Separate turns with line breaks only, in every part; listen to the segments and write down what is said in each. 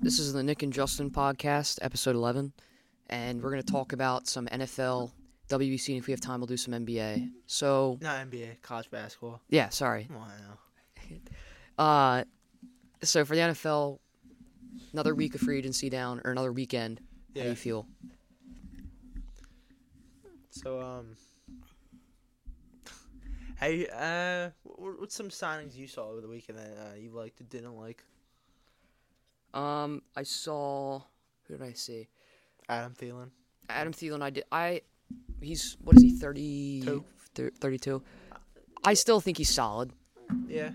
This is the Nick and Justin podcast, episode 11, and we're going to talk about some NFL, WBC, and if we have time, we'll do some NBA. So,
Not NBA, college basketball.
yeah, sorry.
Come on now.
Uh, so, for the NFL, another week of free agency down, or another weekend. How do
Yeah.
you feel?
So um, hey, uh, wh- wh- what's some signings you saw over the weekend that uh, you liked and didn't like?
Um, I saw. Who did I see?
Adam Thielen.
Adam Thielen. I did. I. He's what is he? Thirty.
Two.
thir- Thirty-two. I still think he's solid.
Yeah,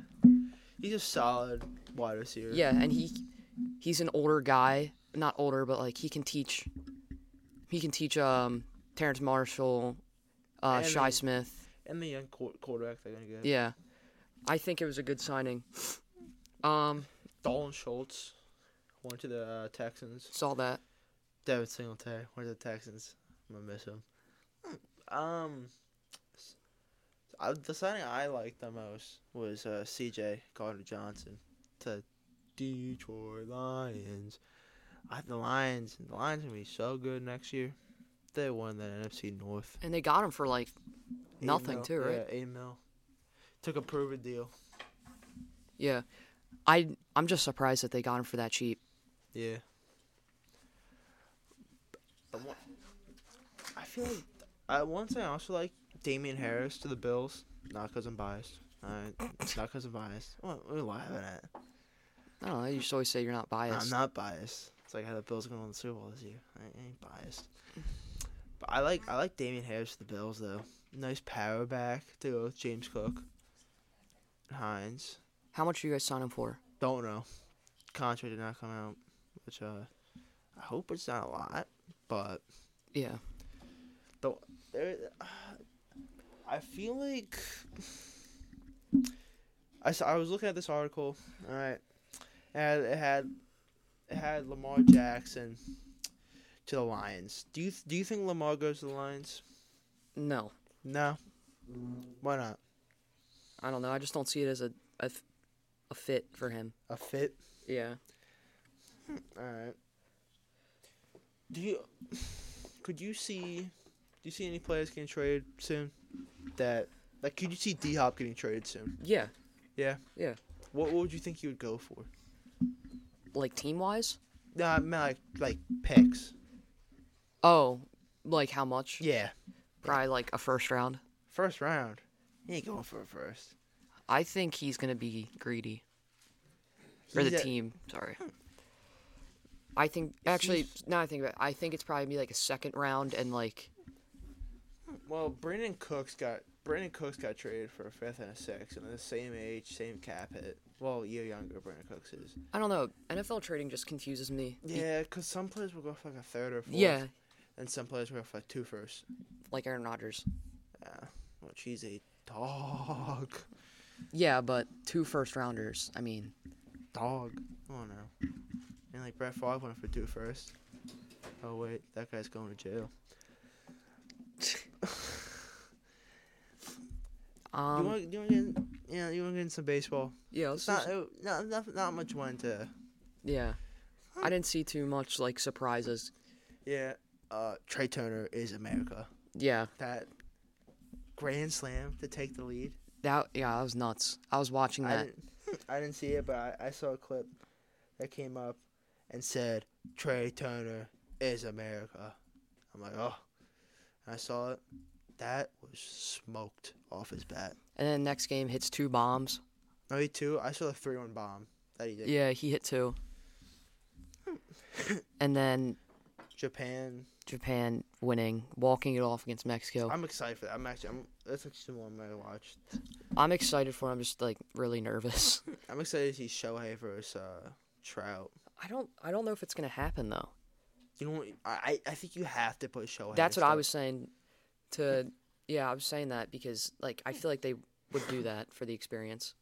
he's a solid wide receiver.
Yeah, and he he's an older guy, not older, but like he can teach. He can teach um Terrence Marshall, uh,
And-
Shy Smith.
and the young qu- quarterback they're gonna get.
Yeah, I think it was a good signing. Um,
Dalton Schultz went to the uh, Texans.
saw that.
David Singletary went to the Texans. I'm gonna miss him. Um, s- I, the signing I liked the most was uh, C.J. Gardner Johnson to Detroit Lions. I, the Lions, the Lions gonna be so good next year. They won the NFC North.
And they got him for like
Eight
Nothing
mil-
too, right?
Yeah, eight mil. Took a proven deal.
yeah. I I'm just surprised that they got him for that cheap.
Yeah. I wa- I feel like I one thing I also like Damian Harris to the Bills. Not because I'm biased. Alright, it's not because I'm biased. What, what are you laughing at?
I don't know. You just always say you're not biased.
I'm not biased. It's like how the Bills are going to win the Super Bowl this year. I ain't biased. But I like I like Damian Harris to the Bills though. Nice power back to go with James Cook. Hines.
How much are you guys signing for?
Don't know. Contract did not come out, which uh, I hope it's not a lot, but
Yeah.
there, I feel like I saw, I was looking at this article, all right, and it had it had Lamar Jackson to the Lions. Do you do you think Lamar goes to the Lions?
No,
No. Why not?
I don't know. I just don't see it as a a, f- a fit for him.
A fit.
Yeah.
All right. Do you could you see do you see any players getting traded soon? That like could you see D Hop getting traded soon?
Yeah.
Yeah.
Yeah.
What, what would you think you would go for?
Like team wise.
No, Uh, I meant like like picks.
Oh, like how much?
Yeah.
Probably like a first round.
First round. You ain't going for a first.
I think he's gonna be greedy for
He's
the
at-
team. Sorry. I think actually now I think about it, I think it's probably be like a second round and like
Well, Brandon Cooks got Brandon Cooks got traded for a fifth and a sixth, and they're the same age, same cap hit. Well, a year younger Brandon Cooks is.
I don't know. NFL trading just confuses me. Be-
Yeah, because some players will go for like a third or fourth.
Yeah,
And some players will go for like two firsts.
like Aaron Rodgers.
Yeah. Well, she's a dog.
Yeah, but two first rounders. I mean,
Dog. Oh no. And like Brett Favre went for two firsts. Oh wait, that guy's going to jail. you
um,
want you want to get in, yeah you want to get in some baseball.
yeah, let's
It's
do
not
s-
uh, not not, not much went to
yeah. I didn't see too much like surprises.
yeah. Uh, Trey Turner is America.
Yeah,
That grand slam to take the lead.
that yeah, that was nuts. I was watching
I
that.
didn't I didn't see it, but I, I saw a clip that came up and said Trey Turner is America. I'm like, oh. And I saw it. That was smoked off his bat.
And then next game hits two bombs.
No, he too. I saw the three-one bomb that he did.
Yeah, he hit two. and then
Japan.
Japan winning, walking it off against Mexico. I'm,
I'm excited for that. I'm actually. I'm. That's actually the one I'm gonna watch.
excited for. It. I'm just like really nervous.
I'm excited to see Shohei versus uh, Trout.
I don't. I don't know if it's gonna happen though.
You know, what? I I I think you have to put Shohei.
That's
to
what I
start.
was saying. To yeah, I was saying that because like I feel like they would do that for the experience.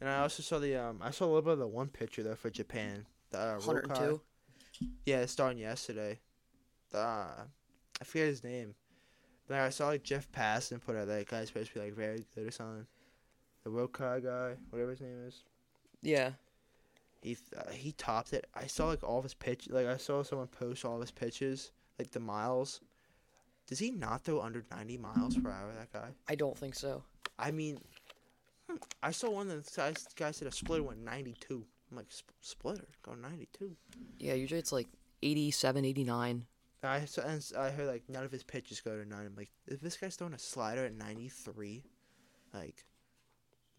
And I also saw the um. I saw a little bit of the one picture though for Japan. The uh, Rokai.
102.
Yeah, it's starting yesterday. Uh, I forget his name. But I saw like Jeff Passon put out that guy's supposed to be like very good or something. The Rokai guy, whatever his name is.
Yeah.
He uh, he topped it. I saw like all of his pitch. Like I saw someone post all of his pitches, like the miles. Does he not throw under ninety miles per hour? That guy.
I don't think so.
I mean, I saw one that guy, guy said a splitter went ninety two. I'm like "Sp- splitter go ninety two.
Yeah, usually it's like 87, 89.
I saw, and s- I heard like none of his pitches go to nine. I'm like, if this guy's throwing a slider at ninety three, like,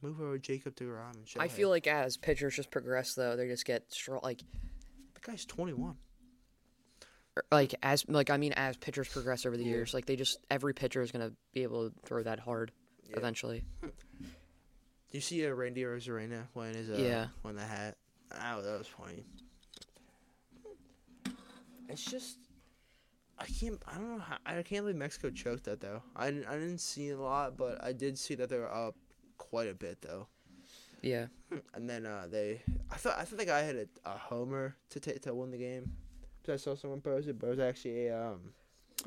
move over Jacob Degrom and
I feel like as pitchers just progress though, they just get strong. Like
like the guy's twenty one.
er, like as like I mean as pitchers progress over the years, like they just every pitcher is gonna be able to throw that hard eventually.
Do you see a Randy Rosarena wearing his uh,
Yeah.
wearing the hat? Oh, that was funny. It's just I can't I don't know how I can't believe Mexico choked that though. I didn't, I didn't see a lot, but I did see that they were up quite a bit though.
Yeah.
And then uh, they I thought I thought the guy had a, a homer to take to win the game. 'Cause I saw someone post it, but it was actually a um,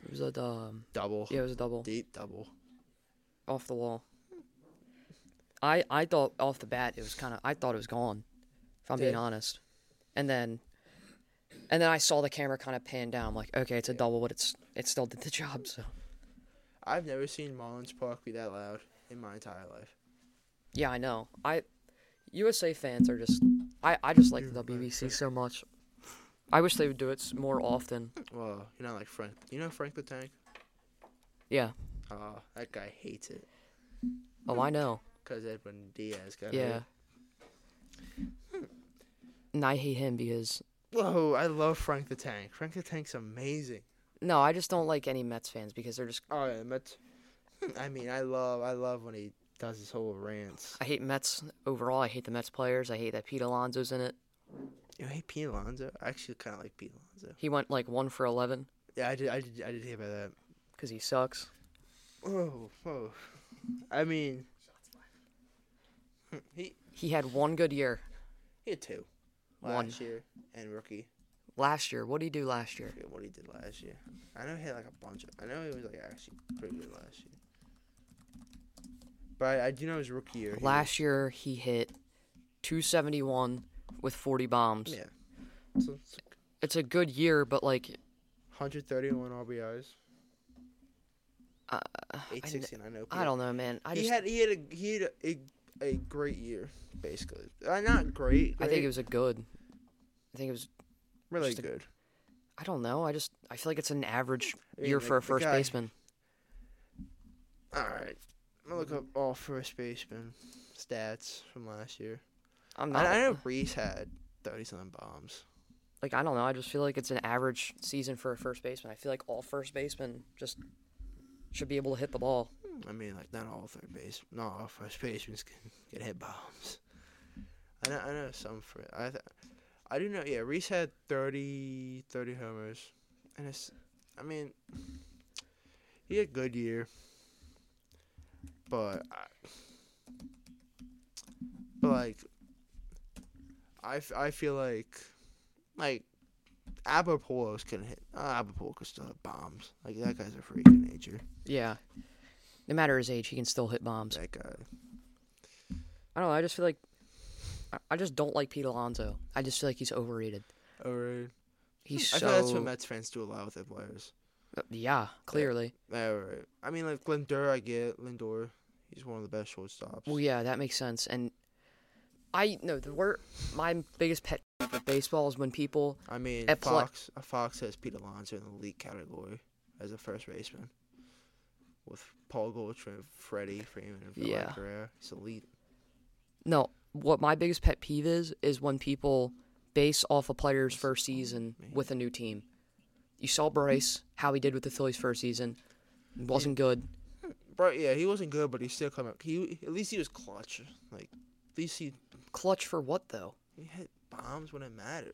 It was a um,
double,
yeah, it was a double
deep double.
off the wall. I I thought off the bat it was kind of I thought it was gone, if I'm being
Yeah.
honest. And then, and then I saw the camera kind of pan down. I'm like, okay, it's a double, but it's it still did the job. So
I've never seen Marlins Park be that loud in my entire life.
yeah, I know. I USA fans are just I I just like the WBC so much. I wish they would do it s- more often.
Well, you know, like Frank. You know Frank the Tank.
Yeah.
Oh, that guy hates it
Oh, I know.
because Edwin Diaz got
Yeah.
hurt.
And I hate him because
Whoa, I love Frank the Tank. Frank the Tank's amazing.
no, I just don't like any Mets fans because they're just
Oh yeah, Mets. I mean, I love, I love when he does his whole rants.
I hate Mets overall. I hate the Mets players. I hate that Pete Alonso's in it.
You hate Pete Alonso? I actually kind of like Pete Alonso.
He went like one for eleven
Yeah, I did, I did, I did hear about that.
because he sucks.
Oh, oh. I mean, he
He had one good year
he had two
One.
last year and rookie.
last year. What did he do last
I
year?
forget what he did last year. I know he had like a bunch of. I know he was like actually pretty good last year. But I, I do know his rookie year. he was-
Last year he hit two seventy one with forty bombs.
Yeah. So it's
It's a good year, but like
131 RBIs.
Uh,
816, I, know.
I don't know, man. I
he
just
had he had a he had a, a, a great year basically. Uh, not great.
I think
great,
it was a good. I think it was.
really
just a-
good.
I don't know. I just I feel like it's an average
I mean,
year
like,
for a
the
first
guy-
baseman.
All right, I'm gonna look up all first baseman stats from last year.
I'm
I,
not
I know Reese had 30 something bombs.
like I don't know. I just feel like it's an average season for a first baseman. I feel like all first basemen just should be able to hit the ball.
I mean, like not all third base, not all first basemen can get hit bombs. I know, I know some for I, th- I do know. Yeah, Reese had 30, 30 homers, and it's, I mean, he had a good year, but, I, but like, I, f- I feel like, like. Abapolos can hit. Uh, Abapolos could still hit bombs. Like that guy's a freak of nature.
Yeah. No matter his age, he can still hit bombs.
That guy.
I don't know. I just feel like I, I just don't like Pete Alonso. I just feel like he's overrated.
Alright.
He's
I
so Uh,
feel that's what Mets fans do a lot with their players.
yeah, clearly.
Alright. I mean, like Lindor, I get Lindor. He's one of the best shortstops.
Well, yeah, that makes sense. And I no the word my biggest pet with baseball is when people
I mean,
at pla-
Fox. uh Fox has Pete Alonso in the elite category as a first baseman, with Paul Goldschmidt, Freddie Freeman, and Vladimir
Yeah.
Guerrero. He's elite.
no what my biggest pet peeve is is when people base off a player's first season with a new team. You saw Bryce how he did with the Phillies first season, wasn't good.
Bro, yeah, he wasn't good, but he still come out. He at least he was clutch. Like, at least he,
Clutch for what though?
he hit bombs when it mattered.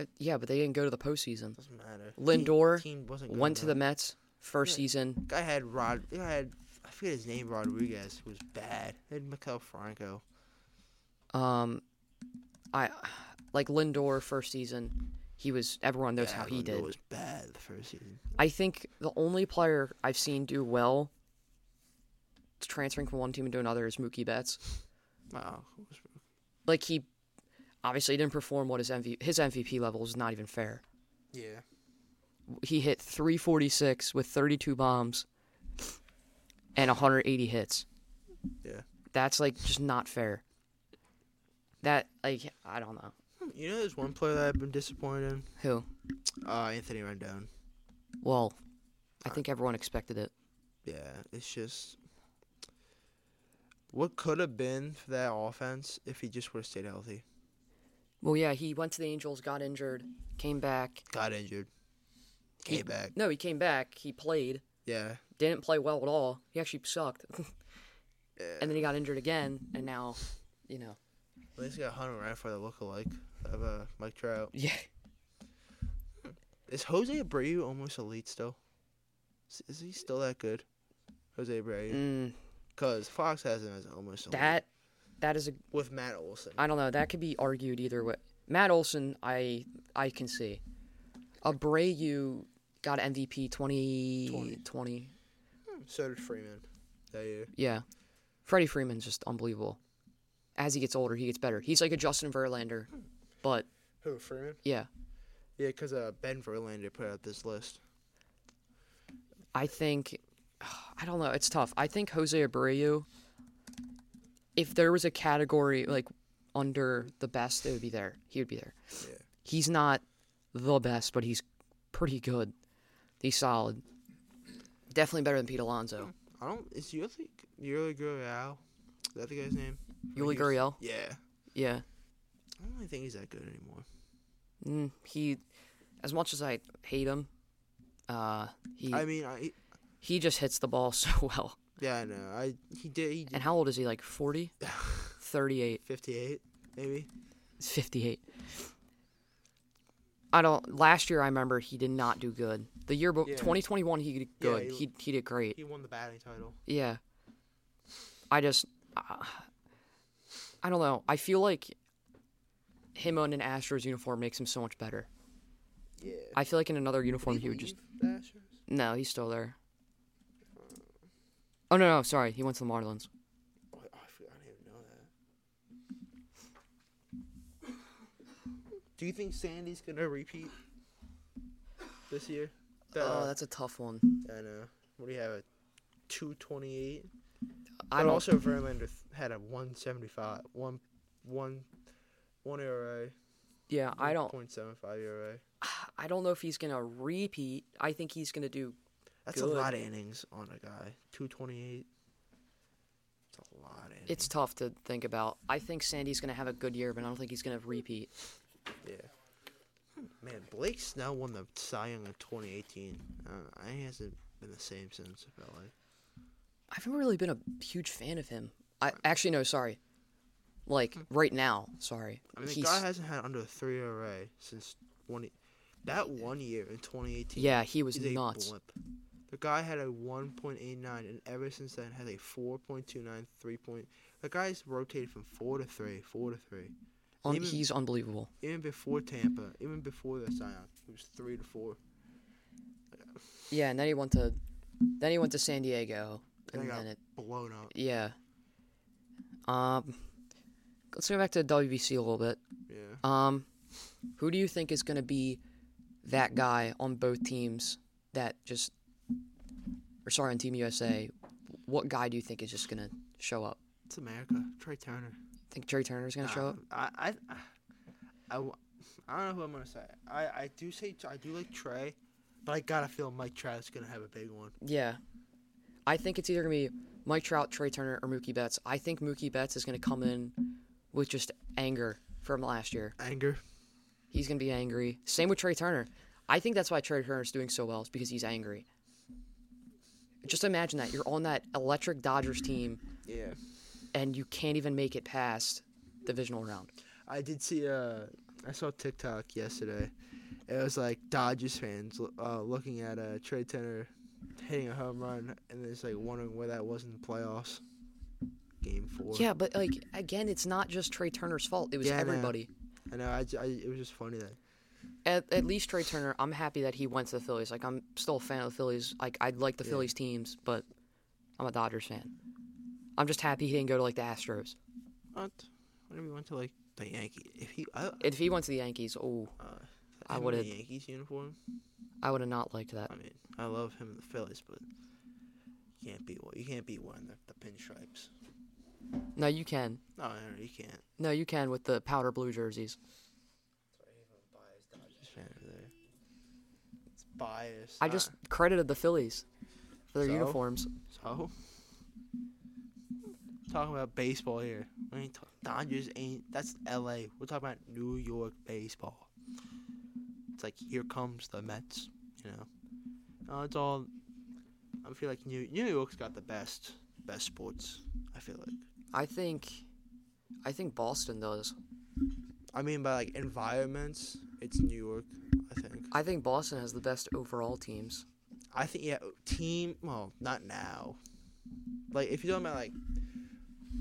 Uh, Yeah, but they didn't go to the postseason.
Doesn't matter.
Lindor
team wasn't good
Went to the
enough.
Mets first season.
Guy had Rod. Guy had I forget his name. Rodriguez who was bad. They had Mikel Franco.
Um, I like Lindor first season. He was everyone knows how he
Lindor
did.
was bad the first season.
I think the only player I've seen do well transferring from one team into another is Mookie Betts.
Wow. who was-
Like he obviously he didn't perform what his MV, his MVP level is not even fair.
Yeah.
He hit 346 with 32 bombs and 180 hits.
Yeah.
That's like just not fair. That like I don't know
You know, there's one player that I've been disappointed in.
who.
Uh, Anthony Rendon.
Well, I think everyone expected it.
Yeah, it's just what could have been for that offense if he just would have stayed healthy.
Well, yeah, he went to the Angels, got injured, came back.
Got injured. Came back.
No, he came back. He played.
Yeah.
Didn't play well at all. He actually sucked. and then he got injured again, and now, you know.
At least he got Hunter Renfro that look alike of uh, Mike Trout.
Yeah.
Is Jose Abreu almost elite still? Is, is he still that good? Jose Abreu?
Mm,
Because Fox has him as almost elite.
that that is a
with Matt Olson.
I don't know. That could be argued either way. Matt Olson, I I can see. Abreu got MVP 2020.
20. So did Freeman that year.
Yeah. Freddie Freeman's just unbelievable. As he gets older, he gets better. He's like a Justin Verlander, but
Who, Freeman?
yeah.
Yeah, because uh, Ben Verlander put out this list.
I think I don't know. It's tough. I think Jose Abreu. If there was a category like under the best, it would be there. He would be there.
Yeah.
He's not the best, but he's pretty good. He's solid. Definitely better than Pete Alonso.
I don't. Is Yuli Yuli Gurriel? Is that the guy's name?
Yuli Gurriel.
Yeah.
Yeah.
I don't really think he's that good anymore.
Mm, he, as much as I hate him, uh, he
I mean, I
he just hits the ball so well.
yeah, I know. I he did. He did
And how old is he? Like 40? 38.
fifty-eight, maybe.
It's 58. I don't. Last year, I remember he did not do good. The year before,
Yeah.
2021, he did
Yeah,
good.
he-
he, he did great.
He won the batting title.
yeah. I just, uh, I don't know. I feel like him in an Astros uniform makes him so much better.
Yeah.
I feel like in another uniform he would just. No, he's still there. Oh no, no, sorry, he went to the Marlins.
Oh, I forgot. I didn't even know that. Do you think Sandy's gonna repeat this year? That,
Oh,
uh,
that's a toff one.
I know. What do you have? A two twenty-eight.
I
but
don't.
also Verlander th- had a 175, one, one, one E ERA.
Yeah, I don't.
0.75 ERA.
I don't know if he's gonna repeat. I think he's gonna do
That's a
Good.
lot of innings on a guy. 228. That's a lot of innings.
It's tough to think about. I think Sandy's going to have a good year, but I don't think he's going to repeat.
yeah. Man, Blake Snell won the Cy Young in 2018. I don't know, he hasn't been the same since, I felt like.
I haven't really been a huge fan of him. I actually no, sorry. Like right now, sorry.
Hmm. I mean, the
He's-
guy hasn't had under a 3 ERA since 20. That one year in 2018.
yeah, he was
is a
nuts.
blimp. The guy had a 1.89, and ever since then has a 4.29, 3 point. The guy's rotated from four to three, four to three.
Un-
even-
he's unbelievable.
Even before Tampa, even before the Cy Young, he was three to four.
Yeah, and then he went to then he went to San Diego
And
and
I got
then it
blown up.
yeah. Um let's go back to WBC a little bit.
Yeah.
Um who do you think is going to be that guy on both teams that just or sorry on Team USA? What guy do you think is just going to show up?
It's America. Trey Turner.
Think Trey Turner is going to show up?
Um, I, I, I, I, w- I don't know who I'm gonna say. I, I do say I do like Trey, but I gotta feel Mike Trout's gonna have a big one.
Yeah. I think it's either going to be Mike Trout, Trey Turner, or Mookie Betts. I think Mookie Betts is going to come in with just anger from last year.
Anger.
He's going to be angry. Same with Trey Turner. I think that's why Trey Turner's doing so well is because he's angry. Just imagine that you're on that electric Dodgers team
Yeah.
and you can't even make it past divisional round.
I did see. Uh, I saw TikTok yesterday. It was like Dodgers fans lo- uh, looking at uh, Trey Turner hitting a home run, and it's like wondering where that was in the playoffs. Game four.
Yeah, but like again, it's not just Trey Turner's fault. It was
Yeah, I know.
everybody.
I know. I, j- I- it was just funny that.
At, at least Trey Turner, I'm happy that he went to the Phillies. Like I'm still a fan of the Phillies. Like I like the Phillies teams, but I'm a Dodgers fan. I'm just happy he didn't go to like the Astros.
What? Whenever we went to like the Yankee. If he, I,
If he went to the Yankees, oh,
uh,
I
him in
would've-
the Yankees uniform.
I would have not liked that.
I mean, I love him in the Phillies, but you can't beat one. You can't beat one the, the pinstripes.
No, you can.
No, no, you can't.
No, you can with the powder blue jerseys.
Just fan over there. It's biased.
I just credited the Phillies for their
So?
uniforms.
Uh, So? Talking about baseball here. We ain't talk- Dodgers ain't. That's L.A. We're talking about New York baseball. It's like here comes the Mets. You know, uh, it's all. I feel like New New York's got the best best sports. I feel like.
I think, I think Boston does.
I mean by like environments, it's New York. I think.
I think Boston has the best overall teams.
I think yeah, team. Well, not now. Like if you're talking about like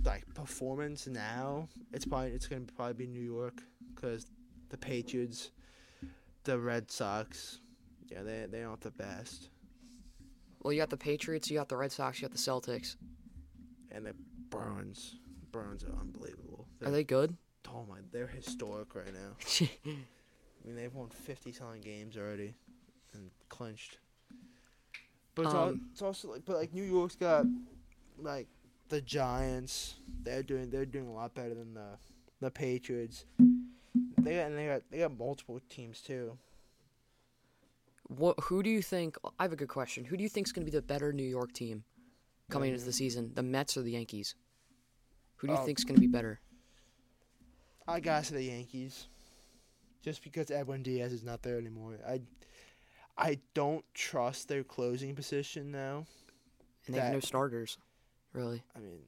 like performance now, it's probably it's gonna probably be New York because the Patriots, the Red Sox, yeah, they they aren't the best,
Well, you got the Patriots, you got the Red Sox, you got the Celtics.
and the Browns. Browns are unbelievable. They're,
Are they good?
oh my, they're historic right now. I mean, they've won fifty something games already, and clinched. But it's, all,
Um,
it's also like, but like New York's got, like, the Giants. They're doing they're doing a lot better than the, the Patriots. They got and they got they got multiple teams too.
what? Who do you think? I have a good question. Who do you think's going to be the better New York team coming into the season? The Mets or the Yankees? Who do you
Um,
think's going to be better?
I got to the Yankees, just because Edwin Diaz is not there anymore. I, I don't trust their closing position now.
And they have
that-
no starters, really.
I mean,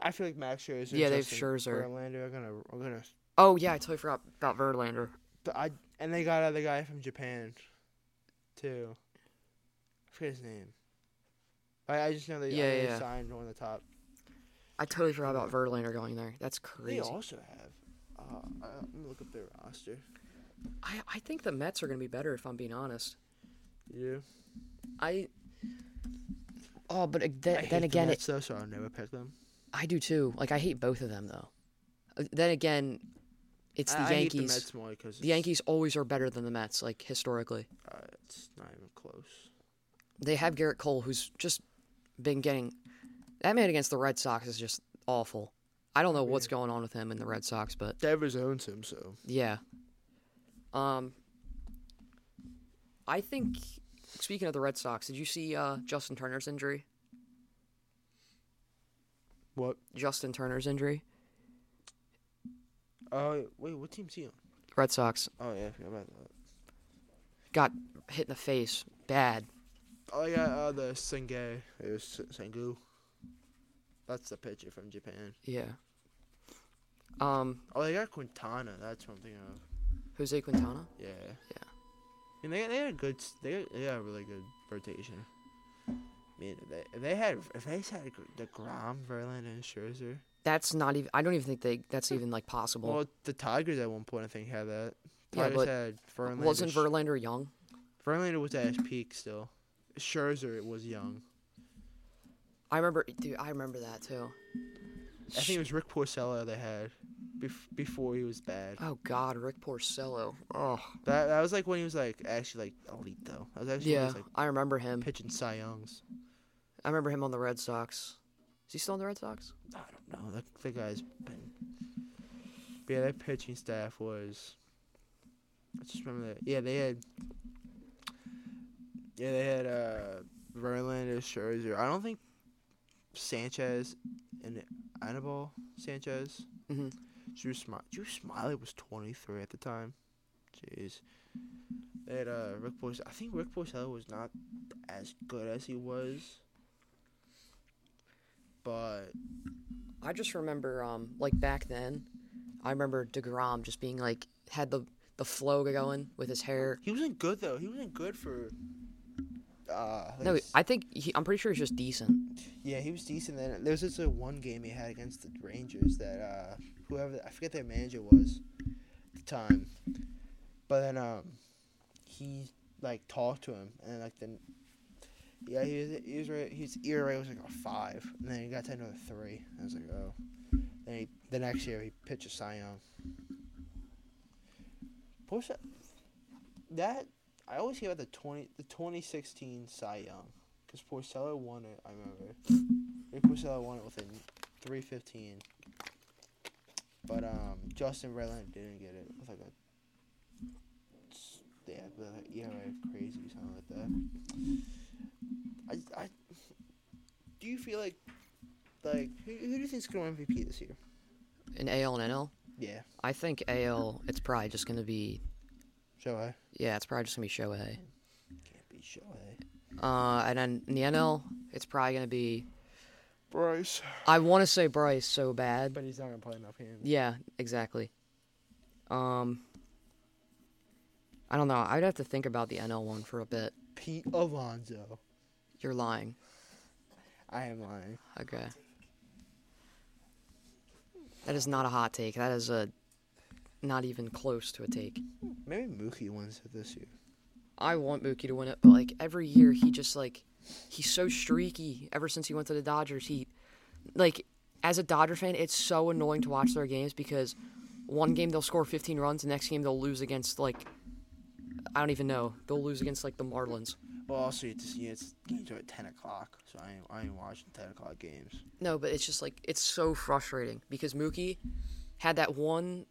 I feel like Max Scherzer.
Yeah, they've
have
Scherzer.
Verlander are gonna are gonna
Oh yeah, I totally forgot about Verlander.
But I and they got other guy from Japan, too. I forget his name. I, I just know they, I
Yeah,
know they
yeah.
signed one of the top.
I totally forgot about Verlander going there. That's crazy.
They also have. Uh, I'm gonna look up their roster.
I, I think the Mets are going to be better if I'm being honest.
Yeah.
I. Oh, but ag-
I
then,
hate
then
the
again, it,
Mets, though, so I'll never pick them.
I do too. Like I hate both of them though. Uh, Then again, it's the
I, I hate
Yankees.
the Mets more because
the Yankees always are better than the Mets, like historically.
Uh, it's not even close.
They have Garrett Cole, who's just been getting that man against the Red Sox is just awful. I don't know what's going on with him and the Red Sox, but
Devers owns him, so
yeah. Um, I think speaking of the Red Sox, did you see uh, Justin Turner's injury?
what?
Justin Turner's injury.
Oh wait, what team's he on?
Red Sox
Oh yeah, I forgot about that.
got hit in the face bad.
Oh yeah, uh, the Senge. It was S- Sengu. That's the pitcher from Japan.
Yeah. Um,
Oh, they got Quintana. That's what I'm thinking of.
Jose Quintana.
Yeah. Yeah. I mean, they they had a good s- they they had a really good rotation. I mean, if they if they had if they had the Grom, Verlander, and Scherzer.
That's not even. I don't even think they. That's even like possible.
Well, the Tigers at one point I think had that.
Yeah,
Tigers
but
had Verlander.
Wasn't
Sch-
Verlander young?
Verlander was at his peak still. Scherzer was young.
I remember, dude. I remember that too.
I think it was Rick Porcello they had bef- before he was bad.
Oh God, Rick Porcello. Oh
That that was like when he was like actually like elite though. That was actually when
yeah,
he was like
I remember him.
pitching Cy Youngs.
I remember him on the Red Sox. Is he still on the Red Sox?
I don't know. That the guy's been. But yeah, their pitching staff was. I just remember that. Yeah, they had. Yeah, they had uh, Verlander, Scherzer. I don't think Sanchez and Anibal Sanchez.
Mhm.
Drew Smiley. Drew Smiley was 23 at the time. Jeez. They had uh, Rick Porcello. I think Rick Porcello was not as good as he was. But
I just remember, um, like back then, I remember Degrom just being like had the the flow going with his hair.
He wasn't good though. He wasn't good for. Uh,
No,
like-
I think he, I'm pretty sure he's just decent.
yeah, he was decent then. There was this uh, one game he had against the Rangers that uh, whoever I forget their manager was, at the time, but then um, he like talked to him and like then, yeah, he was he was right, his ERA was like a five, and then he got to another three. I was like, oh, then he, the next year he pitched a Cy Young. What was that? that I always give out the twenty the twenty sixteen Cy Young because Porcello won it. I remember. Rick Porcello won it with a three fifteen. But um, Justin Redland didn't get it with like a s- yeah, but like, yeah, right, crazy something like that. I, I do you feel like like who, who do you think's gonna win MVP this year?
In AL and NL,
Yeah,
I think AL, it's probably just going to be,
Shohei
yeah, it's probably just going to be Shohei.
can't be Shohei.
Uh, and then in the NL, it's probably going to be,
Bryce,
I want to say Bryce so bad.
but he's not gonna play enough games.
Yeah, exactly. Um, I don't know. I'd have to think about the NL one for a bit.
Pete Alonso.
You're lying.
I am lying.
Okay. That is not a hot take. That is a not even close to a take.
Maybe Mookie wins it this year.
I want Mookie to win it, but like every year he just like he's so streaky ever since he went to the Dodgers. He like as a Dodger fan, it's so annoying to watch their games because one game they'll score 15 runs, the next game they'll lose against like I don't even know. They'll lose against like the Marlins.
Well, also you just, you know, it's games are at ten o'clock, so I ain't, I ain't watching ten o'clock games.
No, but it's just like it's so frustrating because Mookie had that one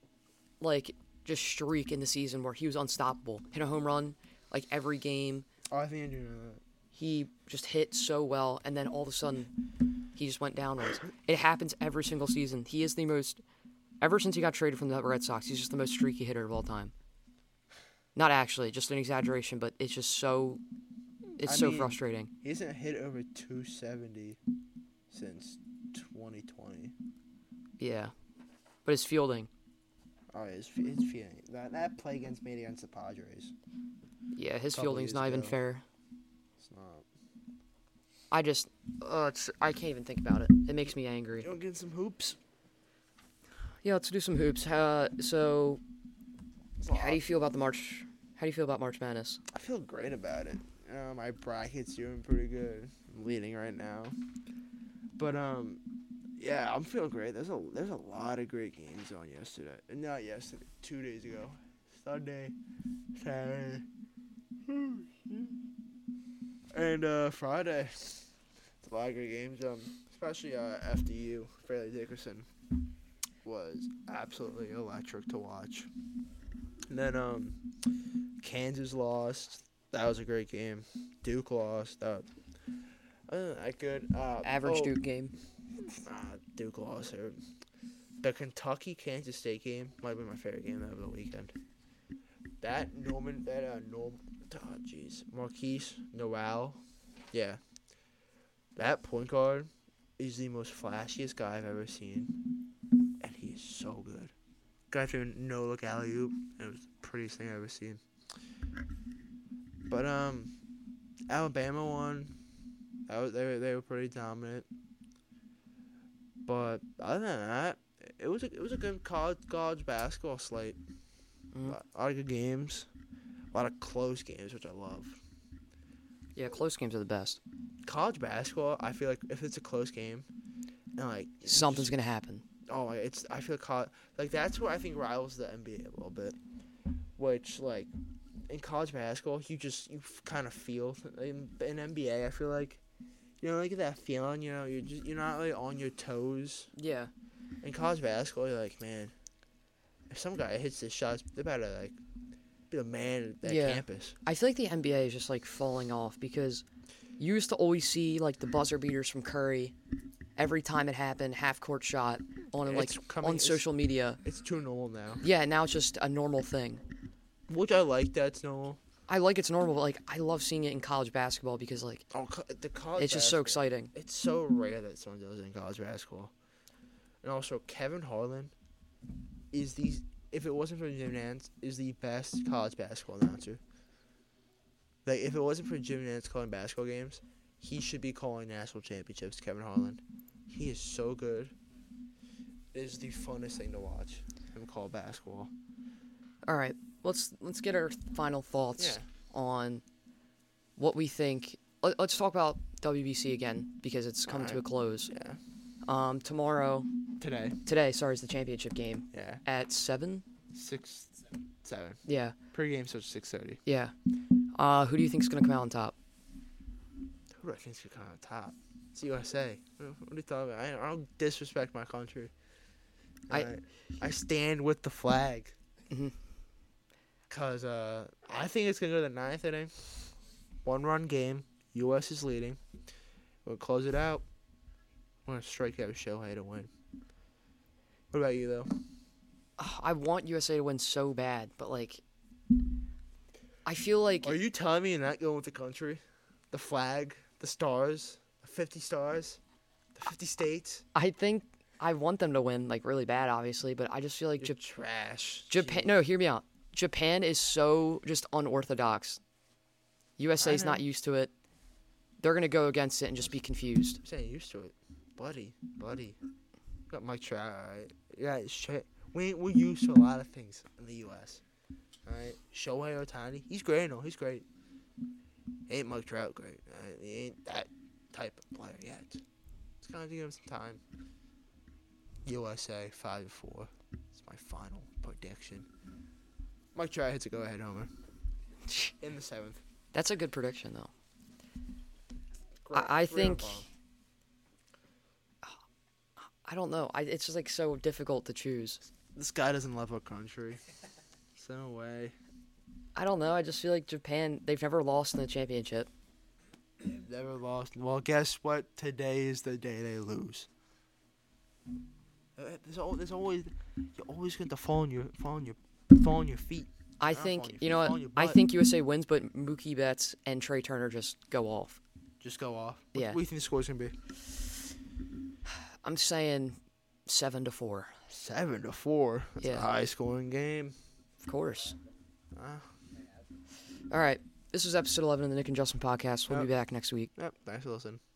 like just streak in the season where he was unstoppable. Hit a home run like every game.
Oh, I think I do know that.
He just hit so well and then all of a sudden he just went downwards. It happens every single season. He is the most ever since he got traded from the Red Sox, he's just the most streaky hitter of all time. Not actually, just an exaggeration, but it's just so it's
I
so
mean-
frustrating.
He hasn't hit over two seventy since twenty twenty.
Yeah. But it's fielding.
Oh, it's fe- it's feeling that that play against me against the Padres.
Yeah, his
Couple
fielding's
years
not even
ago.
fair.
It's not.
I just, uh, it's, I can't even think about it. It makes me angry.
don't get some hoops.
Yeah, let's do some hoops. Uh, so, how do you feel about the March? How do you feel about March Madness?
I feel great about it. Uh, my bracket's doing pretty good. I'm leading right now. But um, yeah, I'm feeling great. There's a there's a lot of great games on yesterday. uh, Not yesterday, two days ago, Sunday, Saturday, and uh, Friday. It's a lot of great games. Um, especially uh, FDU Fairleigh Dickerson was absolutely electric to watch. And then um. Kansas lost. That was a great game. Duke lost. That uh, I could uh,
Average
oh,
Duke game.
Uh, Duke lost. There. The Kentucky Kansas State game might have been my favorite game over the weekend. That Norman, that uh, Norm, oh jeez, Marquise Noel, yeah. That point guard is the most flashiest guy I've ever seen, and he is so good. Got through a no look alley oop. It was the prettiest thing I've ever seen. But um, Alabama won. That was, they were they were pretty dominant. But other than that, it was a, it was a good college college basketball slate.
Mhm.
A lot- a lot of good games, a lot of close games, which I love.
Yeah, close games are the best.
College basketball, I feel like if it's a close game, and like you just-
Something's gonna happen.
oh my, it's I feel caught like that's where I think rivals the NBA a little bit, which like in college basketball you just you kind of feel in, in NBA I feel like you know like that feeling you know you're just you're not really on your toes
Yeah,
in college basketball you're like man if some guy hits this shot they better like be the man at that
Yeah.
campus
I feel like the NBA is just like falling off because you used to always see like the buzzer beaters from Curry every time it happened, half court shot on like
It's coming-
on
it's-
social media.
it's too normal now
Yeah, now it's just a normal thing.
which I like that's normal
I like it's normal, but like I love seeing it in college basketball because like
oh co- the college
it's just so
basketball.
exciting.
It's so rare that someone does it in college basketball. And also, Kevin Harlan is the if it wasn't for Jim Nance, is the best college basketball announcer. Like if it wasn't for Jim Nance calling basketball games, he should be calling national championships. Kevin Harlan, he is so good. It is the funnest thing to watch him call basketball.
All right, let's let's get our final thoughts
Yeah.
on what we think. Let, let's talk about WBC again because it's come to a
Alright.
close.
Yeah.
Um, tomorrow,
Today.
today, sorry, is the championship game
Yeah.
at seven.
Six. seven.
Yeah,
Pre-game starts six thirty.
yeah. Uh, who do you think's gonna come out on top?
Who do I think's gonna come out top? It's USA. Uh, What are you talking about? I, I don't disrespect my country.
I-
I I stand with the flag.
Mhm.
Cause uh, I think it's gonna go to the ninth inning. One run game. U.S. is leading. We'll close it out. We're gonna strike out Shohei to win. What about you though?
Ugh, I want USA to win so bad, but like, I feel like
Are you telling me you're not going with the country, the flag, the stars, the 50 stars, the 50 states?
I think I want them to win like really bad, obviously, but I just feel like
You're
Japan.
trash.
Japan. No, hear me out. Japan is so just unorthodox. USA is
know.
not used to it. They're gonna go against it and just be confused.
I'm saying used to it, buddy, buddy. Got Mike Trout. all right? Yeah, shit. We we used to a lot of things in the U.S. All right, Shohei Otani, he's great. No, he's great. Ain't Mike Trout great? all right? He ain't that type of player yet. It's gonna give him some time. USA five to four. It's my final prediction. Mike Trout hits a go-ahead homer in the seventh.
That's a good prediction, though. I- I
Three run
think-
bomb.
I don't know. I, it's just like so difficult to choose.
this guy doesn't love our country. uh, There's no way.
I don't know. I just feel like Japan. They've never lost in the championship.
They've never lost. Well, guess what? Today is the day they lose. Uh, There's, al- there's always you're always going to fall on your fall on your fall on your feet.
I
Not fall on
think
your
you
feet,
know
fall
what.
on your
I
butt.
think USA wins, but Mookie Betts and Trey Turner just go off.
Just go off. What,
Yeah.
What do you think the score's going to be?
I'm saying seven to four.
Seven to four. That's
Yeah.
a high scoring game.
Of course.
Uh,
All right. This is episode 11 of the Nick and Justin podcast. We'll
Yep.
be back next week.
yep. Thanks for listening.